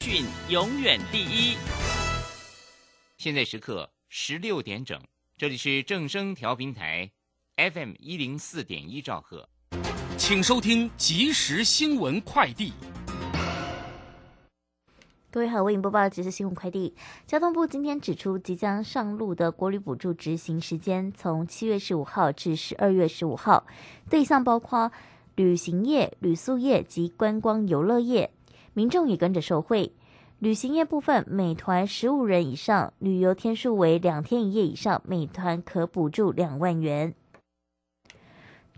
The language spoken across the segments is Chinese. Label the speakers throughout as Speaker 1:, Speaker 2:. Speaker 1: 讯永远第一。现在时刻十六点整，这里是正声调频台，FM 一零四点一兆赫。
Speaker 2: 请收听即时新闻快递。
Speaker 3: 各位好，为您播报即时新闻快递。交通部今天指出，即将上路的国旅补助执行时间从七月十五号至十二月十五号，对象包括旅行业、旅宿业及观光游乐业，民众也跟着受惠。旅行业部分，每团十五人以上，旅游天数为两天一夜以上，每团可补助两万元。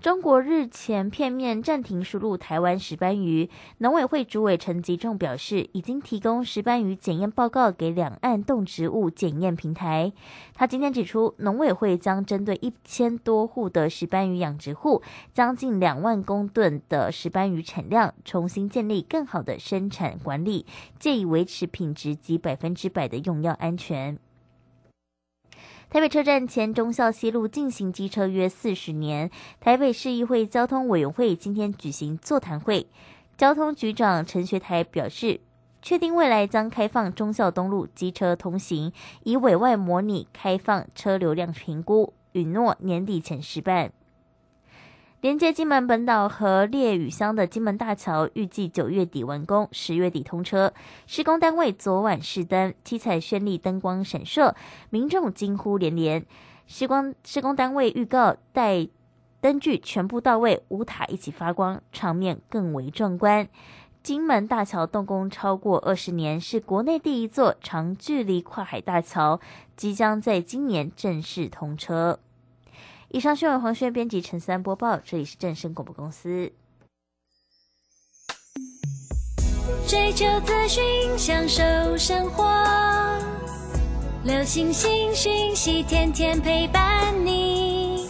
Speaker 3: 中国日前片面暂停输入台湾石斑鱼，农委会主委陈吉仲表示，已经提供石斑鱼检验报告给两岸动植物检验平台。他今天指出，农委会将针对一千多户的石斑鱼养殖户，将近两万公吨的石斑鱼产量，重新建立更好的生产管理，借以维持品质及百分之百的用药安全。台北车站前忠孝西路进行机车约四十年，台北市议会交通委员会今天举行座谈会，交通局长陈学台表示，确定未来将开放忠孝东路机车通行，以委外模拟开放车流量评估，允诺年底前实办。连接金门本岛和烈屿乡的金门大桥预计九月底完工，十月底通车。施工单位昨晚试灯，七彩绚丽灯光闪烁，民众惊呼连连。施工施工单位预告，待灯具全部到位，五塔一起发光，场面更为壮观。金门大桥动工超过二十年，是国内第一座长距离跨海大桥，即将在今年正式通车。以上新闻，黄轩编辑陈三播报，这里是正声广播公司。
Speaker 4: 追求资讯，享受生活，流星星讯息，天天陪伴你。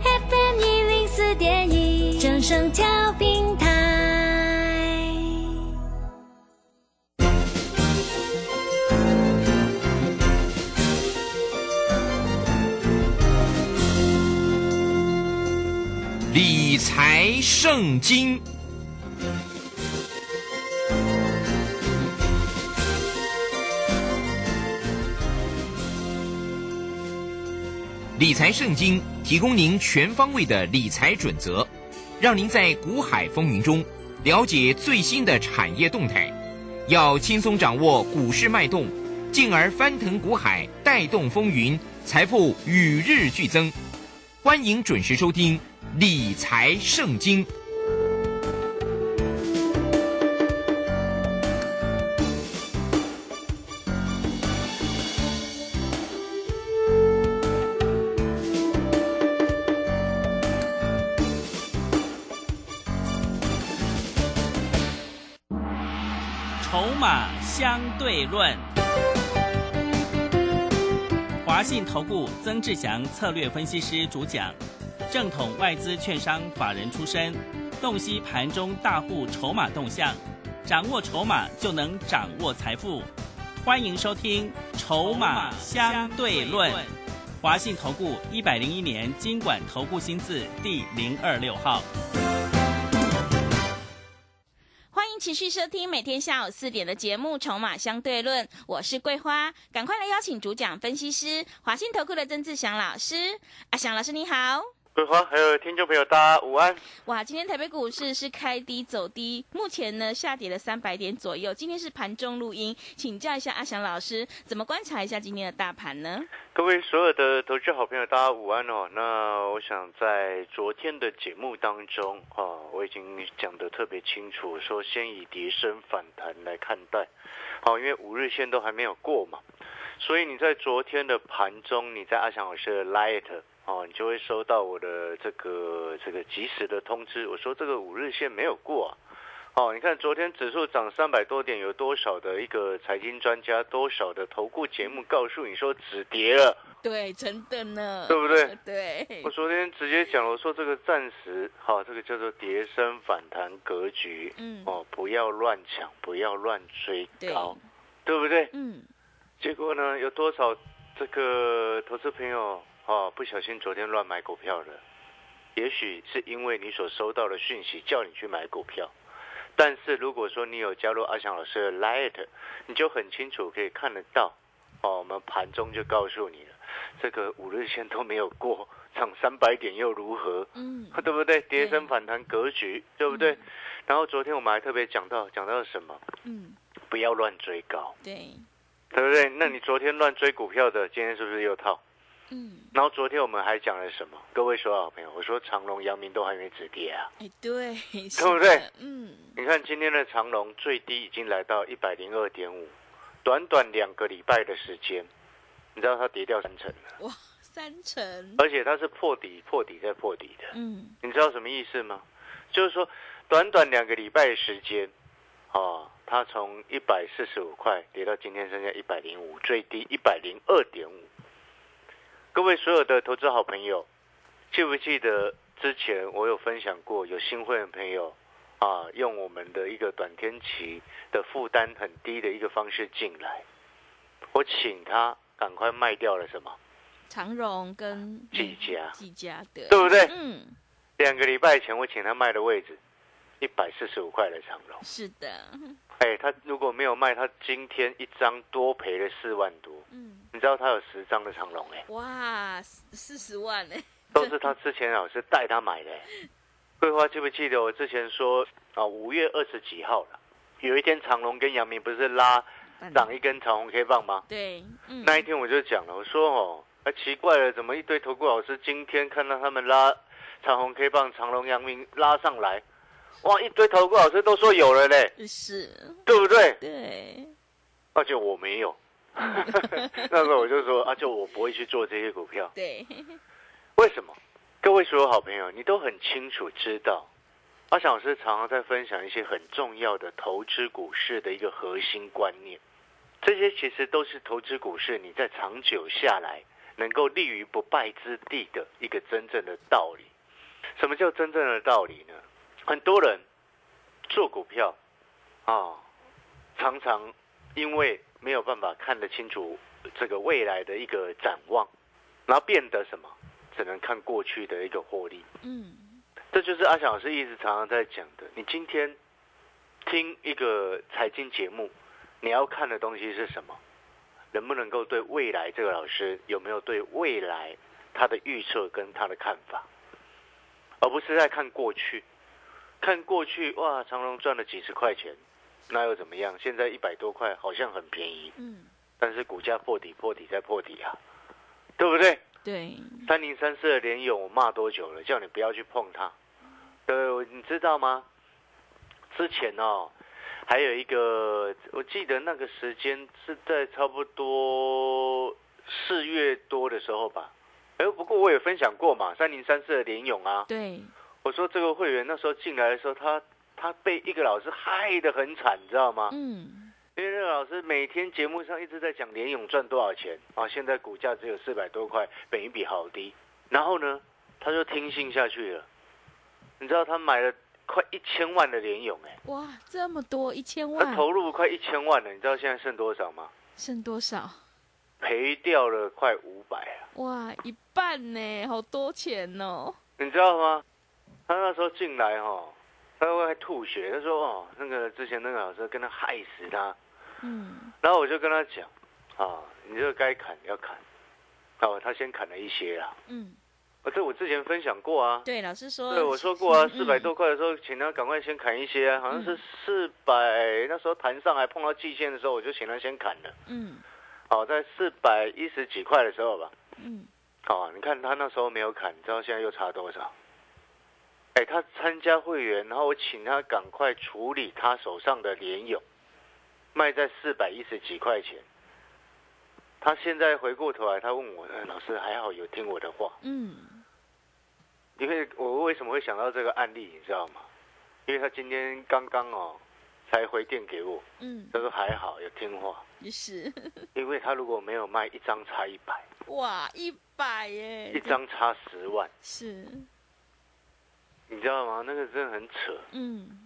Speaker 4: FM 一零四点一，正声调频台。
Speaker 1: 理财圣经，理财圣经提供您全方位的理财准则，让您在股海风云中了解最新的产业动态，要轻松掌握股市脉动，进而翻腾股海，带动风云，财富与日俱增。欢迎准时收听《理财圣经》。
Speaker 5: 筹码相对论。华信投顾曾志祥策略分析师主讲，正统外资券商法人出身，洞悉盘中大户筹码动向，掌握筹码就能掌握财富。欢迎收听《筹码相对论》，华信投顾一百零一年经管投顾新字第零二六号。
Speaker 6: 欢迎持续收听每天下午四点的节目《筹码相对论》，我是桂花，赶快来邀请主讲分析师华信投顾的曾志祥老师。阿祥老师你好，
Speaker 7: 桂花，还有听众朋友，大家午安。
Speaker 6: 哇，今天台北股市是开低走低，目前呢下跌了三百点左右，今天是盘中录音，请教一下阿祥老师，怎么观察一下今天的大盘呢？
Speaker 7: 各位所有的投资好朋友，大家午安哦。那我想在昨天的节目当中，哈、我已经讲得特别清楚，说先以跌升反弹来看待，好、因为五日线都还没有过嘛，所以你在昨天的盘中，你在阿翔老师的 Light 哦，你就会收到我的这个这个及时的通知，我说这个五日线没有过、啊。哦，你看昨天指数涨三百多点，有多少的一个财经专家，多少的投顾节目告诉你说止跌了，
Speaker 6: 对，真的呢，
Speaker 7: 对不对？
Speaker 6: 对
Speaker 7: 我，昨天直接讲了，我说这个暂时，好、这个叫做跌升反弹格局，
Speaker 6: 嗯
Speaker 7: 哦，不要乱抢，不要乱追
Speaker 6: 对
Speaker 7: 高，对不对？
Speaker 6: 嗯，
Speaker 7: 结果呢，有多少这个投资朋友哦，不小心昨天乱买股票了？也许是因为你所收到的讯息叫你去买股票，但是如果说你有加入阿翔老师的 Light，你就很清楚可以看得到，哦，我们盘中就告诉你了，这个五日线都没有过，涨三百点又如何？
Speaker 6: 嗯，
Speaker 7: 对不对？跌升反弹格局，对不对？然后昨天我们还特别讲到，讲到什么？
Speaker 6: 嗯，
Speaker 7: 不要乱追高，
Speaker 6: 对，
Speaker 7: 对不对？那你昨天乱追股票的，今天是不是又套？
Speaker 6: 嗯，
Speaker 7: 然后昨天我们还讲了什么？各位所有好朋友，我说长隆、阳明都还没止跌啊。
Speaker 6: 哎，对，是
Speaker 7: 对不对
Speaker 6: 的？嗯，
Speaker 7: 你看今天的长隆最低已经来到一百零二点五，短短两个礼拜的时间，你知道它跌掉三成了，
Speaker 6: 哇，三成，
Speaker 7: 而且它是破底、破底再破底的。
Speaker 6: 嗯，
Speaker 7: 你知道什么意思吗？就是说，短短两个礼拜的时间，哦，它从一百四十五块跌到今天剩下一百零五，最低一百零二点五。各位所有的投资好朋友，记不记得之前我有分享过，有新会员朋友啊，用我们的一个短天期的负担很低的一个方式进来，我请他赶快卖掉了什么？
Speaker 6: 长荣跟
Speaker 7: 技嘉
Speaker 6: 季家的，
Speaker 7: 对不对
Speaker 6: 嗯，
Speaker 7: 两个礼拜前我请他卖的位置，一百四十五块的长龙。
Speaker 6: 是的，
Speaker 7: 哎，他如果没有卖，他今天一张多赔了四万多。
Speaker 6: 嗯，
Speaker 7: 你知道他有十张的长龙哎，
Speaker 6: 哇，四十万呢，
Speaker 7: 都是他之前老师带他买的哎。桂花记不记得我之前说啊，五月二十几号了，有一天长龙跟阳明不是拉长一根长红 K 棒吗？
Speaker 6: 对，嗯，
Speaker 7: 那一天我就讲了，我说哦，啊奇怪了，怎么一堆投顾老师今天看到他们拉长红 K 棒、长龙、阳明拉上来，哇，一堆投顾老师都说有了嘞，
Speaker 6: 是，
Speaker 7: 对不对？
Speaker 6: 对，
Speaker 7: 而且啊我没有。 那时候我就说啊，就我不会去做这些股票，
Speaker 6: 对，
Speaker 7: 为什么？各位所有好朋友，你都很清楚知道，阿翔老师常常在分享一些很重要的投资股市的一个核心观念，这些其实都是投资股市你在长久下来能够立于不败之地的一个真正的道理。什么叫真正的道理呢？很多人做股票啊、常常因为没有办法看得清楚这个未来的一个展望，然后变得什么，只能看过去的一个获利。
Speaker 6: 嗯，
Speaker 7: 这就是阿翔老师一直常常在讲的。你今天听一个财经节目，你要看的东西是什么？能不能够对未来这个老师有没有对未来他的预测跟他的看法，而不是在看过去。看过去，哇，长隆赚了几十块钱，那又怎么样？现在一百多块，好像很便宜，
Speaker 6: 嗯，
Speaker 7: 但是股价破底、破底再破底啊，对不对？
Speaker 6: 对，
Speaker 7: 三零三四的联勇，我骂多久了？叫你不要去碰它。呃，你知道吗？之前哦，还有一个，我记得那个时间是在差不多四月多的时候吧。哎，不过我也分享过嘛，三零三四的联勇啊，
Speaker 6: 对，
Speaker 7: 我说这个会员那时候进来的时候，他他被一个老师害得很惨，你知道吗？
Speaker 6: 嗯，
Speaker 7: 因为那个老师每天节目上一直在讲联勇赚多少钱啊，现在股价只有四百多块，本一比好低。然后呢，他就听信下去了。你知道他买了快一千万的联勇哎、
Speaker 6: 哇，这么多，一千
Speaker 7: 他
Speaker 6: 万，
Speaker 7: 投入快一千万了，你知道现在剩多少吗？
Speaker 6: 剩多少？
Speaker 7: 赔掉了快五百啊，
Speaker 6: 哇，一半呢，好多钱哦。
Speaker 7: 你知道吗？他那时候进来哦，他会吐血，他说哦，那个之前那个老师跟他害死他，
Speaker 6: 嗯，
Speaker 7: 然后我就跟他讲啊，你这个该砍要砍，哦，他先砍了一些啊。
Speaker 6: 嗯，
Speaker 7: 啊，这我之前分享过啊。
Speaker 6: 对，老师说，
Speaker 7: 对，我说过啊，
Speaker 6: 嗯
Speaker 7: 四百多块的时候，请他赶快先砍一些啊，好像是四百，那时候弹上来碰到季线的时候，我就请他先砍了。
Speaker 6: 嗯
Speaker 7: 好，在四百一十几块的时候吧，
Speaker 6: 嗯，
Speaker 7: 好、你看他那时候没有砍，你知道现在又差多少？哎，他参加会员，然后我请他赶快处理他手上的联友，卖在四百一十几块钱。他现在回过头来，他问我，呃老师还好有听我的话，
Speaker 6: 嗯，
Speaker 7: 因为我为什么会想到这个案例，你知道吗？因为他今天刚刚哦才回电给我，
Speaker 6: 嗯，
Speaker 7: 他说还好有听话，
Speaker 6: 也是，
Speaker 7: 因为他如果没有卖一张差一百，
Speaker 6: 哇，一百耶，
Speaker 7: 一张差十万，
Speaker 6: 是，
Speaker 7: 你知道吗？那个真的很扯。
Speaker 6: 嗯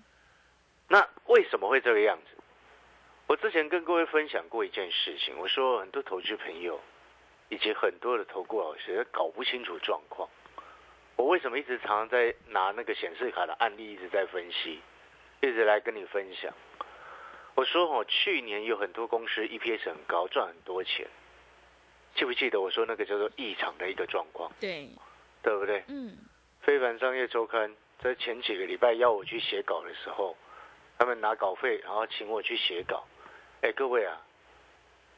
Speaker 7: 那为什么会这个样子？我之前跟各位分享过一件事情，我说很多投资朋友以及很多的投顾老师搞不清楚状况。我为什么一直常常在拿那个显示卡的案例一直在分析？一直来跟你分享。我说哦，去年有很多公司 EPS 很高，赚很多钱，记不记得我说那个叫做异常的一个状况，
Speaker 6: 对，
Speaker 7: 对不对？
Speaker 6: 嗯，
Speaker 7: 非凡商业周刊在前几个礼拜要我去写稿的时候，他们拿稿费，然后请我去写稿。哎，各位啊，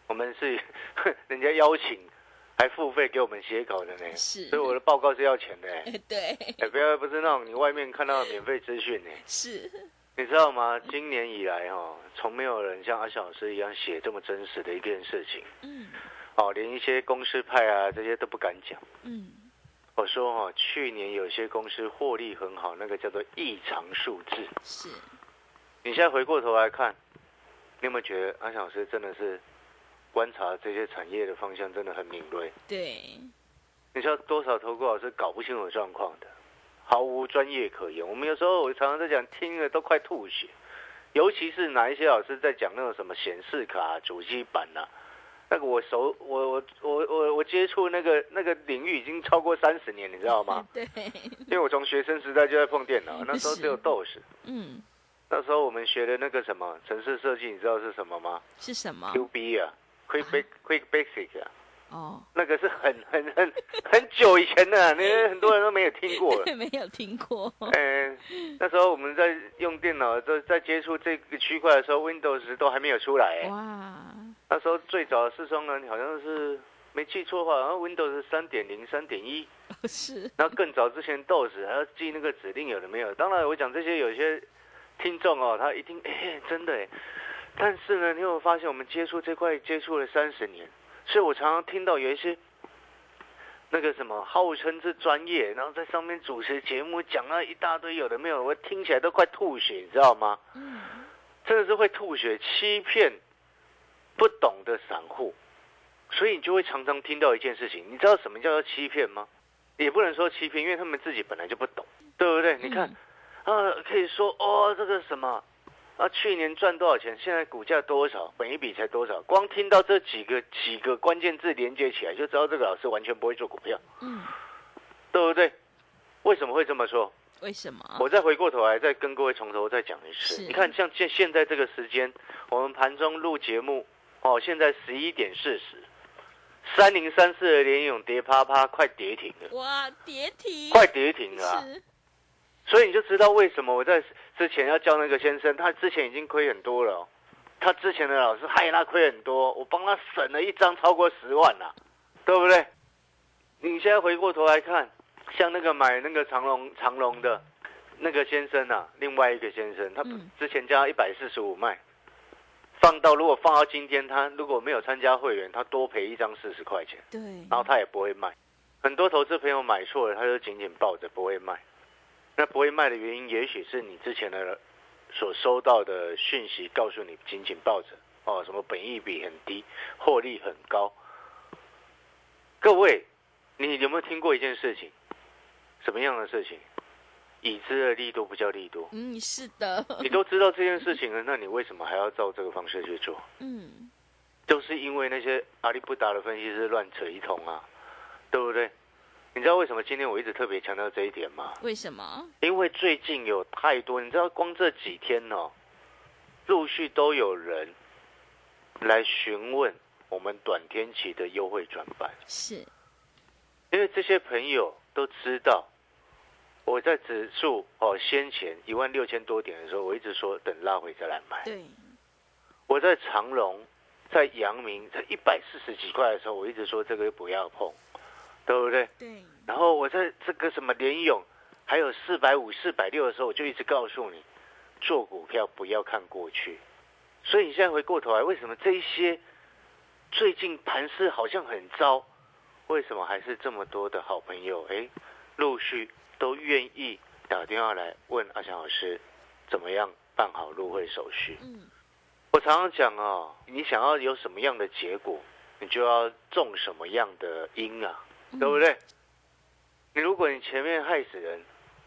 Speaker 7: 我们是 人家邀请，还付费给我们写稿的呢，
Speaker 6: 是
Speaker 7: 所以我的报告是要钱的哎。
Speaker 6: 哎 对，
Speaker 7: 哎，不要不是那种你外面看到的免费资讯呢，
Speaker 6: 是，
Speaker 7: 你知道吗？今年以来哦，从没有人像阿小老师一样写这么真实的一件事情
Speaker 6: 嗯
Speaker 7: 哦，连一些公司派啊这些都不敢讲。
Speaker 6: 嗯，
Speaker 7: 我说哦，去年有些公司获利很好，那个叫做异常数字。
Speaker 6: 是，
Speaker 7: 你现在回过头来看，你有没有觉得安小师真的是观察这些产业的方向真的很敏锐？
Speaker 6: 对，
Speaker 7: 你知道多少投顾老师搞不清楚状况的，毫无专业可言。我们有时候我常常在讲，听了都快吐血。尤其是哪一些老师在讲那种什么显示卡、主机板呐、那个我熟，我我我我我接触那个那个领域已经超过三十年，你知道吗？
Speaker 6: 对，
Speaker 7: 因为我从学生时代就在碰电脑，那时候只有 DOS。
Speaker 6: 嗯，
Speaker 7: 那时候我们学的那个什么城市设计，你知道是什么吗
Speaker 6: 是什么？
Speaker 7: ？Q B 啊，Quick Basic Quick Basic 啊，
Speaker 6: 哦，
Speaker 7: 那个是很很很 很久以前的、啊，那很多人都没有听过 了。
Speaker 6: 没有听过，
Speaker 7: 嗯、那时候我们在用电脑，在在接触这个区块的时候，Windows 都还没有出来、欸。
Speaker 6: 哇，
Speaker 7: 那时候最早的四双人好像是没记错的话，然后 Windows 三点零、三点一，
Speaker 6: 是，
Speaker 7: 然后更早之前 DOS 还要记那个指令，有的没有。当然，我讲这些有些听众哦，他一听，哎，真的哎。但是呢，你有没有发现我们接触这块接触了三十年，所以我常常听到有一些那个什么号称是专业，然后在上面主持节目讲了一大堆有的没有，我听起来都快吐血，你知道吗？
Speaker 6: 嗯，
Speaker 7: 真的是会吐血，欺骗不懂的散户，所以你就会常常听到一件事情，你知道什么叫做欺骗吗？也不能说欺骗，因为他们自己本来就不懂，对不对？你
Speaker 6: 嗯
Speaker 7: 看，啊，可以说哦，这个什么啊，去年赚多少钱，现在股价多少，本一笔才多少，光听到这几个几个关键字连接起来，就知道这个老师完全不会做股票，
Speaker 6: 嗯，
Speaker 7: 对不对？为什么会这么说？
Speaker 6: 为什么？
Speaker 7: 我再回过头来，再跟各位从头再讲一次。
Speaker 6: 嗯是
Speaker 7: 你看，像现现在这个时间，我们盘中录节目，哦，现在十一点四十，三零三四的联勇跌啪啪，快跌停了，
Speaker 6: 哇，叠题，
Speaker 7: 快跌停了啊、
Speaker 6: 是，
Speaker 7: 所以你就知道为什么我在之前要叫那个先生，他之前已经亏很多了哦、他之前的老师害他亏很多，我帮他省了一张超过十万啦、对不对？你现在回过头来看，像那个买那个长隆长隆的那个先生啊，另外一个先生，他
Speaker 6: 嗯
Speaker 7: 之前加一百四十五卖，放到如果放到今天，他如果没有参加会员，他多赔一张四十块钱。
Speaker 6: 对，，
Speaker 7: 然后他也不会卖。很多投资朋友买错了，他就紧紧抱着不会卖。那不会卖的原因，也许是你之前的所收到的讯息告诉你紧紧抱着哦，什么本益比很低，获利很高。各位，你有没有听过一件事情？什么样的事情？已知的利多不叫利多
Speaker 6: 嗯，是 的，
Speaker 7: 你都知道这件事情了，那你为什么还要照这个方式去做？
Speaker 6: 嗯，
Speaker 7: 就是因为那些阿里不达的分析师乱扯一通啊，对不对？你知道为什么今天我一直特别强调这一点吗？
Speaker 6: 为什么？
Speaker 7: 因为最近有太多，你知道光这几天哦，陆续都有人来询问我们短天期的优惠转板，
Speaker 6: 是，
Speaker 7: 因为这些朋友都知道我在指数哦先前一万六千多点的时候，我一直说等拉回再来买。
Speaker 6: 对，
Speaker 7: 我在长隆、在阳明，在一百四十几块的时候，我一直说这个不要碰，对不对？
Speaker 6: 对，
Speaker 7: 然后我在这个什么联勇，还有四百五、四百六的时候，我就一直告诉你，做股票不要看过去。所以你现在回过头来，为什么这一些最近盘势好像很糟，为什么还是这么多的好朋友哎，陆续都愿意打电话来问阿翔老师，怎么样办好入会手续？
Speaker 6: 嗯，
Speaker 7: 我常常讲哦，你想要有什么样的结果，你就要种什么样的因啊，对不对？你如果你前面害死人，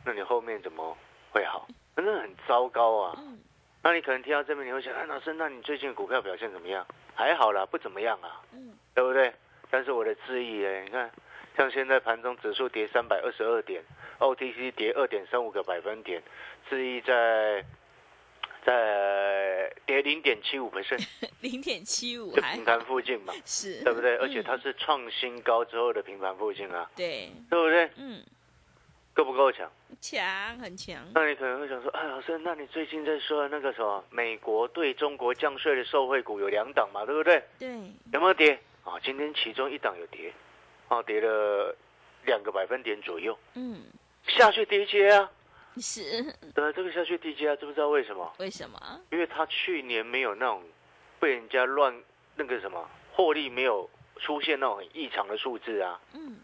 Speaker 7: 那你后面怎么会好？那很糟糕啊
Speaker 6: 嗯。
Speaker 7: 那你可能听到这边，你会想，哎，老师，那你最近股票表现怎么样？还好啦，不怎么样啊，
Speaker 6: 嗯，
Speaker 7: 对不对？但是我的质疑呢，你看，像现在盘中指数跌三百二十二点，OTC 跌二点三五个百分点，质疑在在跌零点七五 percent，
Speaker 6: 零点七五
Speaker 7: 就
Speaker 6: 还
Speaker 7: 平盘附近嘛，
Speaker 6: 是，
Speaker 7: 对不对？而且
Speaker 6: 嗯
Speaker 7: 它是创新高之后的平盘附近啊，
Speaker 6: 对，
Speaker 7: 对不对？
Speaker 6: 嗯，
Speaker 7: 够不够强？
Speaker 6: 强很强，
Speaker 7: 那你可能会想说，哎，老师，那你最近在说的那个什么美国对中国降税的受惠股有两档嘛，对不对？
Speaker 6: 对，
Speaker 7: 有没有跌？啊、今天其中一档有跌，啊，跌了两个百分点左右，
Speaker 6: 嗯，
Speaker 7: 下去低阶啊。
Speaker 6: 是
Speaker 7: 对啊，这个下去低阶啊，知不知道为什么？
Speaker 6: 为什么？
Speaker 7: 因为它去年没有那种被人家乱那个什么获利没有出现那种很异常的数字啊。
Speaker 6: 嗯，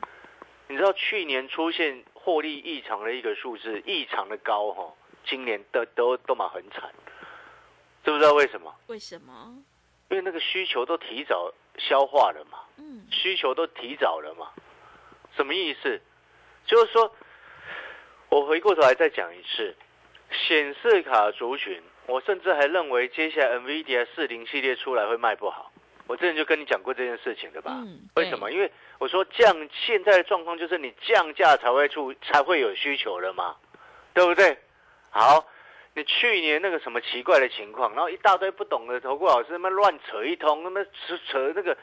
Speaker 7: 你知道去年出现获利异常的一个数字，异常的高哈、今年的都都嘛很惨，知不知道为什么？
Speaker 6: 为什么？
Speaker 7: 因为那个需求都提早消化了嘛，
Speaker 6: 嗯，
Speaker 7: 需求都提早了嘛，什么意思？就是说，我回过头来再讲一次，显示卡族群，我甚至还认为接下来 NVIDIA 四零系列出来会卖不好。我之前就跟你讲过这件事情的吧？
Speaker 6: 嗯
Speaker 7: 为什么？因为我说降现在的状况就是你降价才会出才会有需求了嘛，对不对？好，你去年那个什么奇怪的情况，然后一大堆不懂的投顾老师他妈乱扯一通，他妈扯扯那个，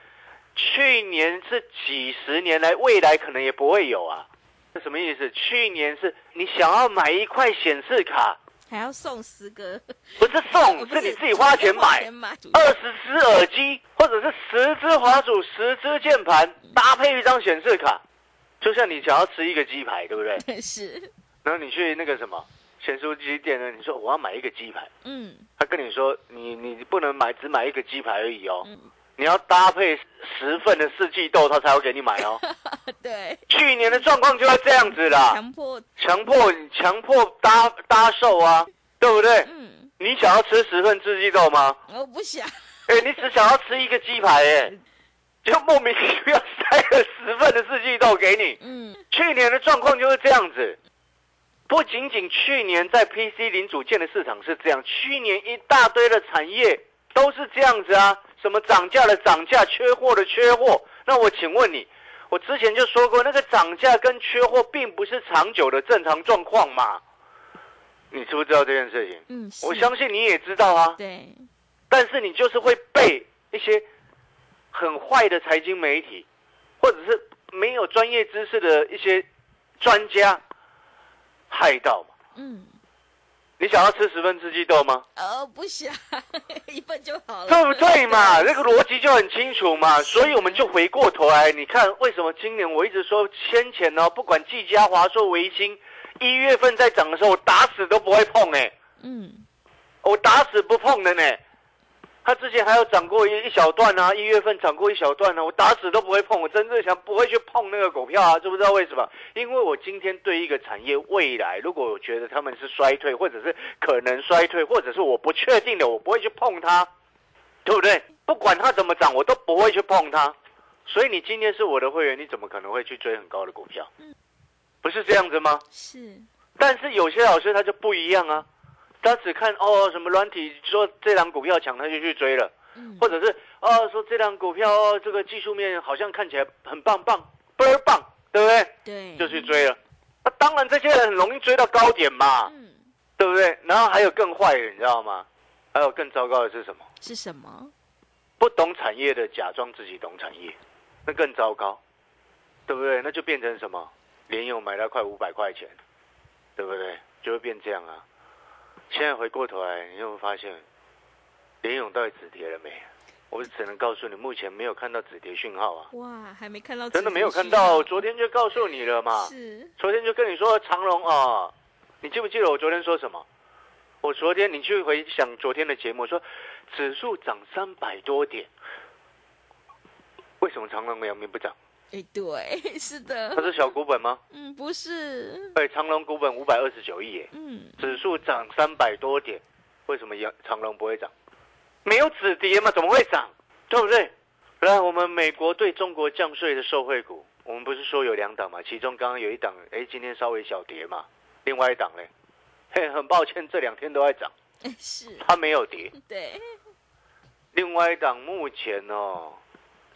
Speaker 7: 去年是几十年来未来可能也不会有啊，这什么意思？去年是你想要买一块显示卡，
Speaker 6: 还要送十个，
Speaker 7: 不是
Speaker 6: 我
Speaker 7: 送，
Speaker 6: 哦不
Speaker 7: 嗯是你自己花钱
Speaker 6: 花
Speaker 7: 买
Speaker 6: 钱。买，
Speaker 7: 二十只耳机，或者是十只滑鼠、十只键盘，搭配一张显示卡，就像你想要吃一个鸡排，对不对？
Speaker 6: 是，
Speaker 7: 然后你去那个什么咸酥鸡店呢，你说我要买一个鸡排，
Speaker 6: 嗯
Speaker 7: 他跟你说你你不能买只买一个鸡排而已哦，
Speaker 6: 嗯，
Speaker 7: 你要搭配十份的四季豆，他才会给你买哦。
Speaker 6: 对，
Speaker 7: 去年的状况就要这样子啦，
Speaker 6: 强迫，
Speaker 7: 强迫你强迫搭搭售啊，对不对？
Speaker 6: 嗯，
Speaker 7: 你想要吃十份四季豆吗？
Speaker 6: 我不想，
Speaker 7: 哎、你只想要吃一个鸡排、哎，就莫名其妙塞了十份的四季豆给你。
Speaker 6: 嗯，
Speaker 7: 去年的状况就是这样子，不仅仅去年在 PC 零组件的市场是这样，去年一大堆的产业都是这样子啊，什么涨价的涨价，缺货的缺货。那我请问你，我之前就说过，那个涨价跟缺货并不是长久的正常状况嘛。你知不知道这件事情？
Speaker 6: 嗯，是
Speaker 7: 我相信你也知道啊。
Speaker 6: 对，
Speaker 7: 但是你就是会被一些很坏的财经媒体，或者是没有专业知识的一些专家害到嘛？
Speaker 6: 嗯，
Speaker 7: 你想要吃十分之鸡豆吗？
Speaker 6: 呃，不想， 一份就好了，
Speaker 7: 对不对嘛？这个逻辑就很清楚嘛，所以我们就回过头来，你看为什么今年我一直说先前呢、不管技嘉、华硕、维新，一月份在涨的时候，我打死都不会碰哎、
Speaker 6: 嗯，
Speaker 7: 我打死不碰的呢。它之前还有涨过一一小段啊，一月份涨过一小段呢、啊，我打死都不会碰，我真正想不会去碰那个股票啊，知不知道为什么？因为我今天对一个产业未来，如果我觉得他们是衰退，或者是可能衰退，或者是我不确定的，我不会去碰它，对不对？不管它怎么涨，我都不会去碰它。所以你今天是我的会员，你怎么可能会去追很高的股票？不是这样子吗？
Speaker 6: 是，
Speaker 7: 但是有些老师他就不一样啊，他只看哦什么软体说这档股票强，他就去追了，
Speaker 6: 嗯，
Speaker 7: 或者是哦说这档股票哦这个技术面好像看起来很棒棒，倍儿棒，对不对？
Speaker 6: 对，
Speaker 7: 就去追了。那、当然这些人很容易追到高点嘛，
Speaker 6: 嗯，
Speaker 7: 对不对？然后还有更坏的，你知道吗？还有更糟糕的是什么？
Speaker 6: 是什么？
Speaker 7: 不懂产业的假装自己懂产业，那更糟糕，对不对？那就变成什么？联友买到快五百块钱，对不对？就会变这样啊。现在回过头来，你有没有发现联勇到底止跌了没？我只能告诉你，目前没有看到止跌讯号啊，
Speaker 6: 哇，还没看到，
Speaker 7: 真的没有看到。啊昨天就告诉你了嘛，
Speaker 6: 啊是，
Speaker 7: 昨天就跟你说长荣啊，你记不记得我昨天说什么？我昨天你去回想昨天的节目，说指数涨三百多点，为什么长荣阳明不涨？
Speaker 6: 哎，对，是的
Speaker 7: 它，是小股本吗？
Speaker 6: 嗯，不是，
Speaker 7: 对，长荣股本五百二十九亿耶，
Speaker 6: 嗯，
Speaker 7: 指数涨三百多点，为什么阳长荣不会涨？没有止跌嘛，怎么会涨？对不对？来，我们美国对中国降税的受惠股，我们不是说有两档嘛？其中刚刚有一档，哎，今天稍微小跌嘛，另外一档嘞，嘿，很抱歉，这两天都在涨，
Speaker 6: 哎是，
Speaker 7: 它没有跌。
Speaker 6: 对，
Speaker 7: 另外一档目前哦，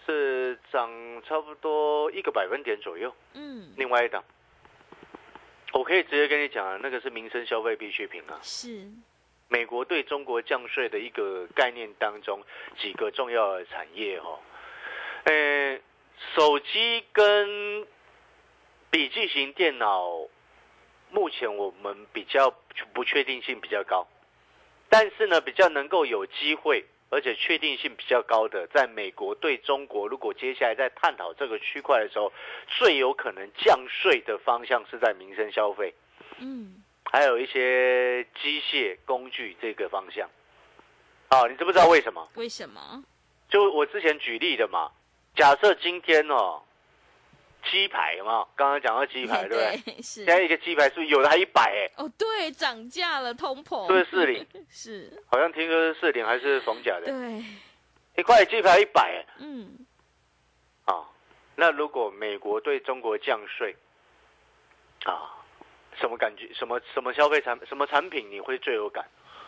Speaker 7: 是涨差不多一个百分点左右。
Speaker 6: 嗯，
Speaker 7: 另外一档，我可以直接跟你讲啊，那个是民生消费必需品啊。
Speaker 6: 是，
Speaker 7: 美国对中国降税的一个概念当中几个重要的产业哦，呃，手机跟笔记型电脑，目前我们比较不确定性比较高，但是呢，比较能够有机会。而且确定性比较高的，在美国对中国，如果接下来在探讨这个区块的时候，最有可能降税的方向是在民生消费，
Speaker 3: 嗯，
Speaker 7: 还有一些机械工具这个方向。啊，你知不知道为什么？
Speaker 6: 为什么？
Speaker 7: 就我之前举例的嘛，假设今天哦，鸡排嘛，刚刚讲到鸡排，对不对？
Speaker 6: 对， 是
Speaker 7: 现。在一个鸡排是不是有的还一百哎？
Speaker 6: 哦，对，涨价了，通膨。
Speaker 7: 是不是四零？
Speaker 6: 是，
Speaker 7: 好像听说是四零还是逢甲的，
Speaker 6: 对，
Speaker 7: 一块鸡排一百哎。
Speaker 6: 嗯，
Speaker 7: 啊，那如果美国对中国降税，啊，什么感觉？什么什么消费产什么产品你会最有感？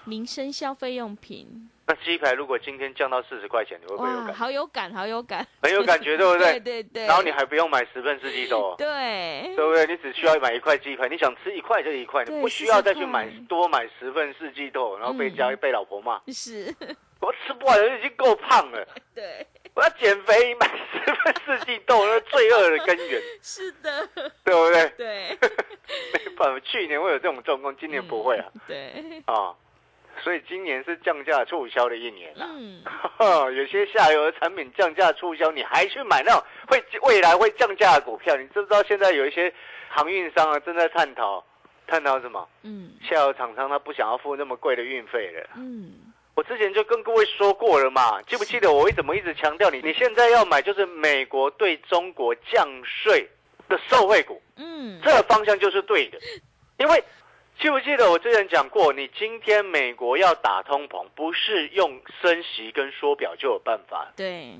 Speaker 6: 民生消费用品，
Speaker 7: 那鸡排如果今天降到四十块钱，你会不会有
Speaker 6: 哇，
Speaker 7: 感？
Speaker 6: 好有感，好有感，
Speaker 7: 很有感觉，对不
Speaker 6: 对
Speaker 7: 对？
Speaker 6: 对对。
Speaker 7: 然后你还不用买十份四季豆哦，
Speaker 6: 对
Speaker 7: 对不对？你只需要买一块鸡排，你想吃一块就一块，
Speaker 6: 对
Speaker 7: 你不需要再去
Speaker 6: 40块嗯
Speaker 7: 买多买十份四季豆，然后被家、被老婆骂，
Speaker 6: 是，
Speaker 7: 我吃不完，已经够胖 了，
Speaker 6: 对，
Speaker 7: 我要减肥，买十份四季豆，那是罪恶的根 源，
Speaker 6: 是的，
Speaker 7: 对不对？
Speaker 6: 对
Speaker 7: 没办法，去年会有这种状况，今
Speaker 6: 嗯
Speaker 7: 年不会啊、
Speaker 6: 对，
Speaker 7: 啊！所以今年是降价促销的一年啦、
Speaker 6: 嗯，
Speaker 7: 啊。 有些下游的产品降价促销，你还去买那种 会未来会降价的股票？你知不知道现在有一些航运商啊正在探讨探讨什么？
Speaker 6: 嗯
Speaker 7: 下游厂商他不想要付那么贵的运费了。
Speaker 6: 嗯，
Speaker 7: 我之前就跟各位说过了嘛，记不记得我为什么一直强调你？你现在要买就是美国对中国降税的受惠股。
Speaker 6: 嗯，
Speaker 7: 这个方向就是对的，因为记不记得我之前讲过，你今天美国要打通膨，不是用升息跟缩表就有办法。
Speaker 6: 对，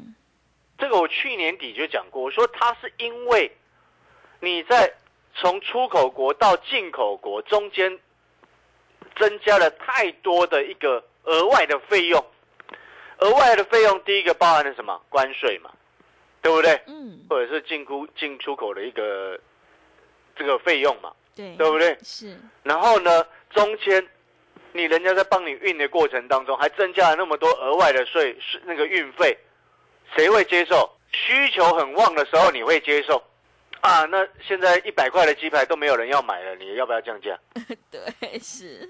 Speaker 7: 这个我去年底就讲过，我说它是因为你在从出口国到进口国中间增加了太多的一个额外的费用，额外的费用第一个包含了什么？关税嘛，对不对？
Speaker 6: 嗯，
Speaker 7: 或者是进出进出口的一个这个费用嘛，
Speaker 6: 对，
Speaker 7: 对不对？
Speaker 6: 是，
Speaker 7: 然后呢，中间你人家在帮你运的过程当中，还增加了那么多额外的税，是那个运费，谁会接受？需求很旺的时候你会接受，啊，那现在一百块的鸡排都没有人要买了，你要不要降价？
Speaker 6: 对，是，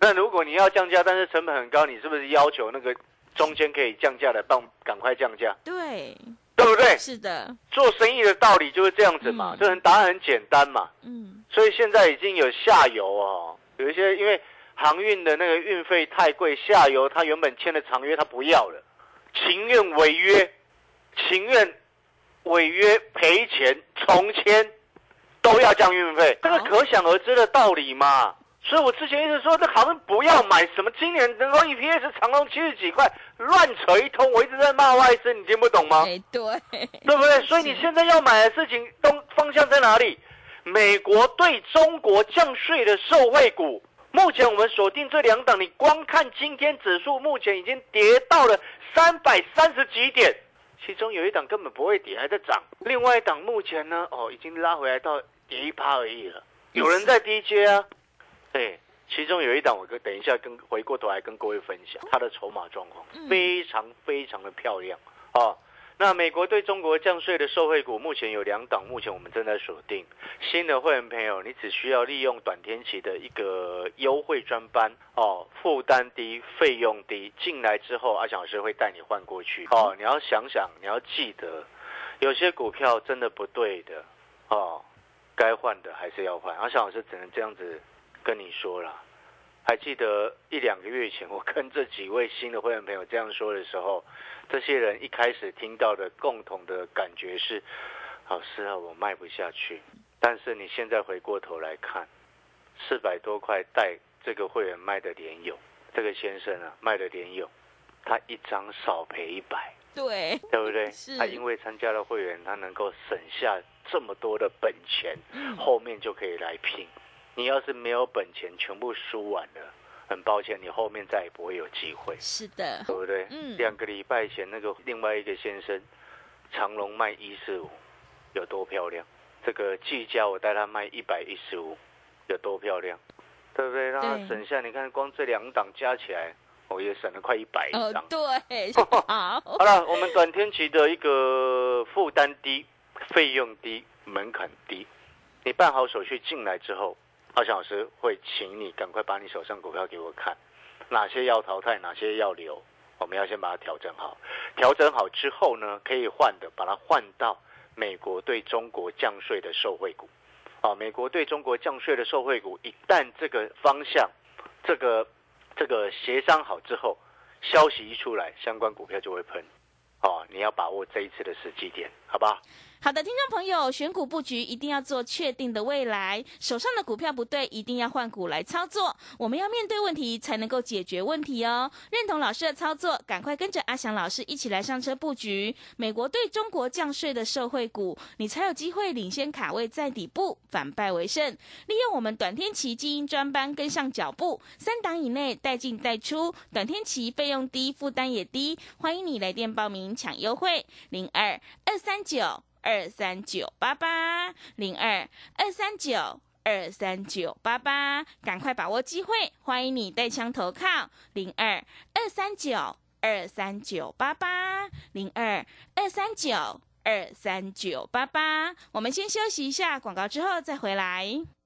Speaker 7: 那如果你要降价，但是成本很高，你是不是要求那个中间可以降价的帮赶快降价，
Speaker 6: 对，
Speaker 7: 对不对？
Speaker 6: 是的，
Speaker 7: 做生意的道理就是这样子嘛，
Speaker 6: 嗯
Speaker 7: 这很答案很简单嘛。
Speaker 6: 嗯，
Speaker 7: 所以现在已经有下游哦，有一些因为航运的那个运费太贵，下游他原本签的长约他不要了，情愿违约，情愿违约赔钱重签，都要降运费，这个可想而知的道理嘛。所以我之前一直说，这航运不要买什么，今年能够 EPS 长隆七十几块，乱扯一通，我一直在骂外资，你听不懂吗？
Speaker 6: 哎，对，
Speaker 7: 对不对？所以你现在要买的事情东方向在哪里？美国对中国降税的受惠股，目前我们锁定这两档，你光看今天指数目前已经跌到了三百三十几点，其中有一档根本不会跌，还在涨；另外一档目前呢，哦，已经拉回来到跌一趴而已了。有人在低接啊，对，其中有一档我跟等一下跟回过头来跟各位分享它的筹码状况，非常非常的漂亮啊。那美国对中国降税的受惠股目前有两档，目前我们正在锁定。新的会员朋友，你只需要利用短天期的一个优惠专班哦，负担低，费用低，进来之后，阿翔老师会带你换过去哦。你要想想，你要记得，有些股票真的不对的哦，该换的还是要换。啊阿翔老师只能这样子跟你说了。还记得一两个月前，我跟这几位新的会员朋友这样说的时候，这些人一开始听到的共同的感觉是：老师啊，我卖不下去。但是你现在回过头来看，四百多块带这个会员卖的连友，这个先生啊卖的连友，他一张少赔一百，
Speaker 6: 对，
Speaker 7: 对不对
Speaker 6: 是？
Speaker 7: 他因为参加了会员，他能够省下这么多的本钱，后面就可以来拼。你要是没有本钱，全部输完了，很抱歉，你后面再也不会有机会。
Speaker 6: 是的，
Speaker 7: 对不对？
Speaker 6: 嗯
Speaker 7: 两个礼拜前那个另外一个先生，长隆卖一四五，有多漂亮？这个技嘉我带他卖一百一十五，有多漂亮？对不对？让它
Speaker 6: 对
Speaker 7: 省下，你看光这两档加起来，我、也省了快一百
Speaker 6: 哦
Speaker 7: 以上，。
Speaker 6: 对， 好，
Speaker 7: 好了，我们短天期的一个负担低、费用低、门槛低，你办好手续进来之后，阿翔老师会请你赶快把你手上股票给我看，哪些要淘汰，哪些要留，我们要先把它调整好。调整好之后呢，可以换的，把它换到美国对中国降税的受惠股。啊，美国对中国降税的受惠股，一旦这个方向、这个这个协商好之后，消息一出来，相关股票就会喷。哦，你要把握这一次的时机点，好不好？
Speaker 6: 好的，听众朋友，选股布局一定要做确定的未来，手上的股票不对，一定要换股来操作。我们要面对问题，才能够解决问题哦。认同老师的操作，赶快跟着阿翔老师一起来上车布局美国对中国降税的受惠股，你才有机会领先卡位在底部，反败为胜。利用我们短天期基因专班跟上脚步，三档以内带进带出，短天期费用低，负担也低。欢迎你来电报名抢优惠，零二二三九二三九八八零二二三九。二三九八八，赶快把握机会！欢迎你带枪投靠零二二三九二三九八八零二二三九二三九八八。我们先休息一下广告，之后再回来。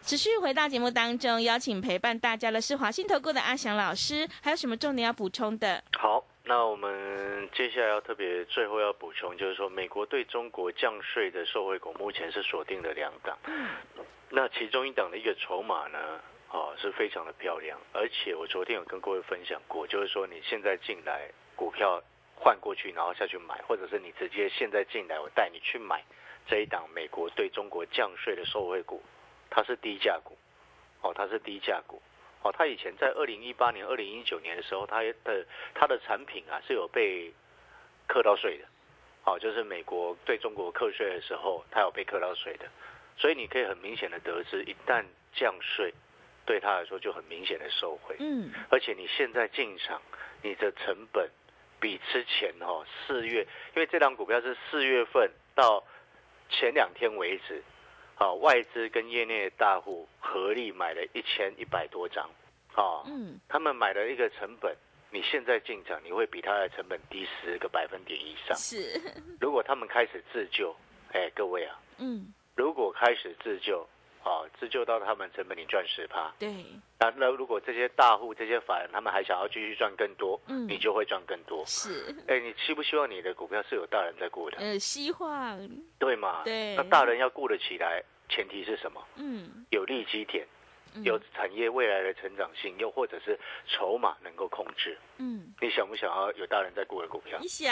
Speaker 6: 持续回到节目当中，邀请陪伴大家的是华信投顾的阿翔老师，还有什么重点要补充的？
Speaker 7: 好，那我们接下来要特别最后要补充，就是说美国对中国降税的受惠股目前是锁定了两档，那其中一档的一个筹码呢，哦是非常的漂亮，而且我昨天有跟各位分享过，就是说你现在进来股票换过去，然后下去买，或者是你直接现在进来，我带你去买这一档美国对中国降税的受惠股，它是低价股，哦它是低价股。哦，它以前在二零一八年、二零一九年的时候，它的它的产品啊是有被课到税的，哦，就是美国对中国课税的时候，它有被课到税的，所以你可以很明显的得知，一旦降税，对它来说就很明显的受惠，
Speaker 6: 嗯，
Speaker 7: 而且你现在进场，你的成本比之前哦四月，因为这档股票是四月份到前两天为止，啊、外资跟业内大户合力买了一千一百多张，啊、
Speaker 6: 嗯，
Speaker 7: 他们买了一个成本，你现在进场，你会比它的成本低十个百分点以上。
Speaker 6: 是，
Speaker 7: 如果他们开始自救，哎，各位啊，
Speaker 6: 嗯，
Speaker 7: 如果开始自救，啊，自救到他们成本你赚十趴，
Speaker 6: 对，
Speaker 7: 那那如果这些大户、这些法人他们还想要继续赚更多，
Speaker 6: 嗯
Speaker 7: 你就会赚更多。
Speaker 6: 是，
Speaker 7: 哎，你希不希望你的股票是有大人在顾的，
Speaker 6: 呃，西化，
Speaker 7: 对吗？
Speaker 6: 对
Speaker 7: 那大人要顾得起来，前提是什么？
Speaker 6: 嗯，
Speaker 7: 有利基点，
Speaker 6: 嗯
Speaker 7: 有，产业未来的成长性，又或者是筹码能够控制。
Speaker 6: 嗯，
Speaker 7: 你想不想要有大人在顾的股票
Speaker 6: 你？想，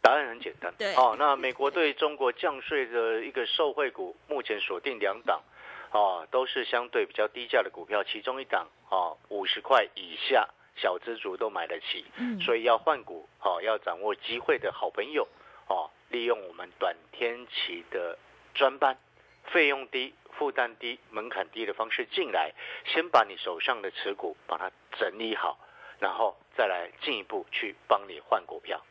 Speaker 7: 答案很简单。
Speaker 6: 对
Speaker 7: 哦，那美国对中国降税的一个受惠股，目前锁定两档，哦，都是相对比较低价的股票，其中一档哦五十块以下，小资族都买得起，
Speaker 6: 嗯
Speaker 7: 所以要换股哦，要掌握机会的好朋友哦，利用我们短天期的专班，费用低、负担低、门槛低的方式进来，先把你手上的持股把它整理好，然后再来进一步去帮你换股票。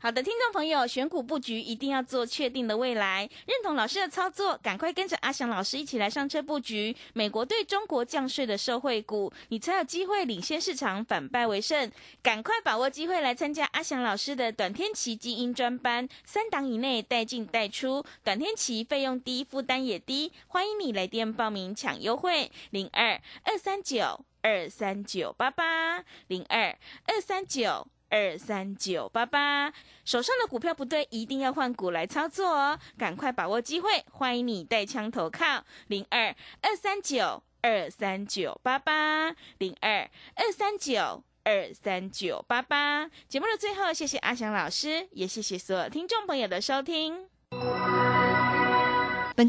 Speaker 6: 好的，听众朋友，选股布局一定要做确定的未来，认同老师的操作，赶快跟着阿翔老师一起来上车布局美国对中国降税的受惠股，你才有机会领先市场，反败为胜。赶快把握机会来参加阿翔老师的短天期基因专班，三档以内带进带出，短天期费用低，负担也低，欢迎你来电报名抢优惠，零二二三九二三九八八零二二三九。二三九八八，手上的股票不对，一定要换股来操作哦，赶快把握机会，欢迎你带枪投靠零二二三九二三九八八零二二三九。二三九八八节目的最后，谢谢阿翔老师，也谢谢所有听众朋友的收听。
Speaker 8: 本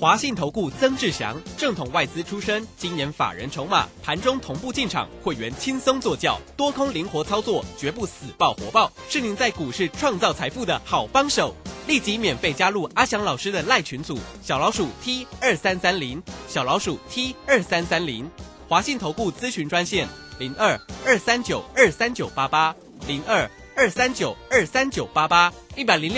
Speaker 9: 华信投顾曾志祥，正统外资出身，今年法人筹码，盘中同步进场，会员轻松做教，多空灵活操作，绝不死爆活爆，是您在股市创造财富的好帮手。立即免费加入阿翔老师的赖群组，小老鼠 T 二三三零，小老鼠 T 二三三零，华信投顾咨询专线零二二三九二三九八八零二二三九二三九八八一百零六。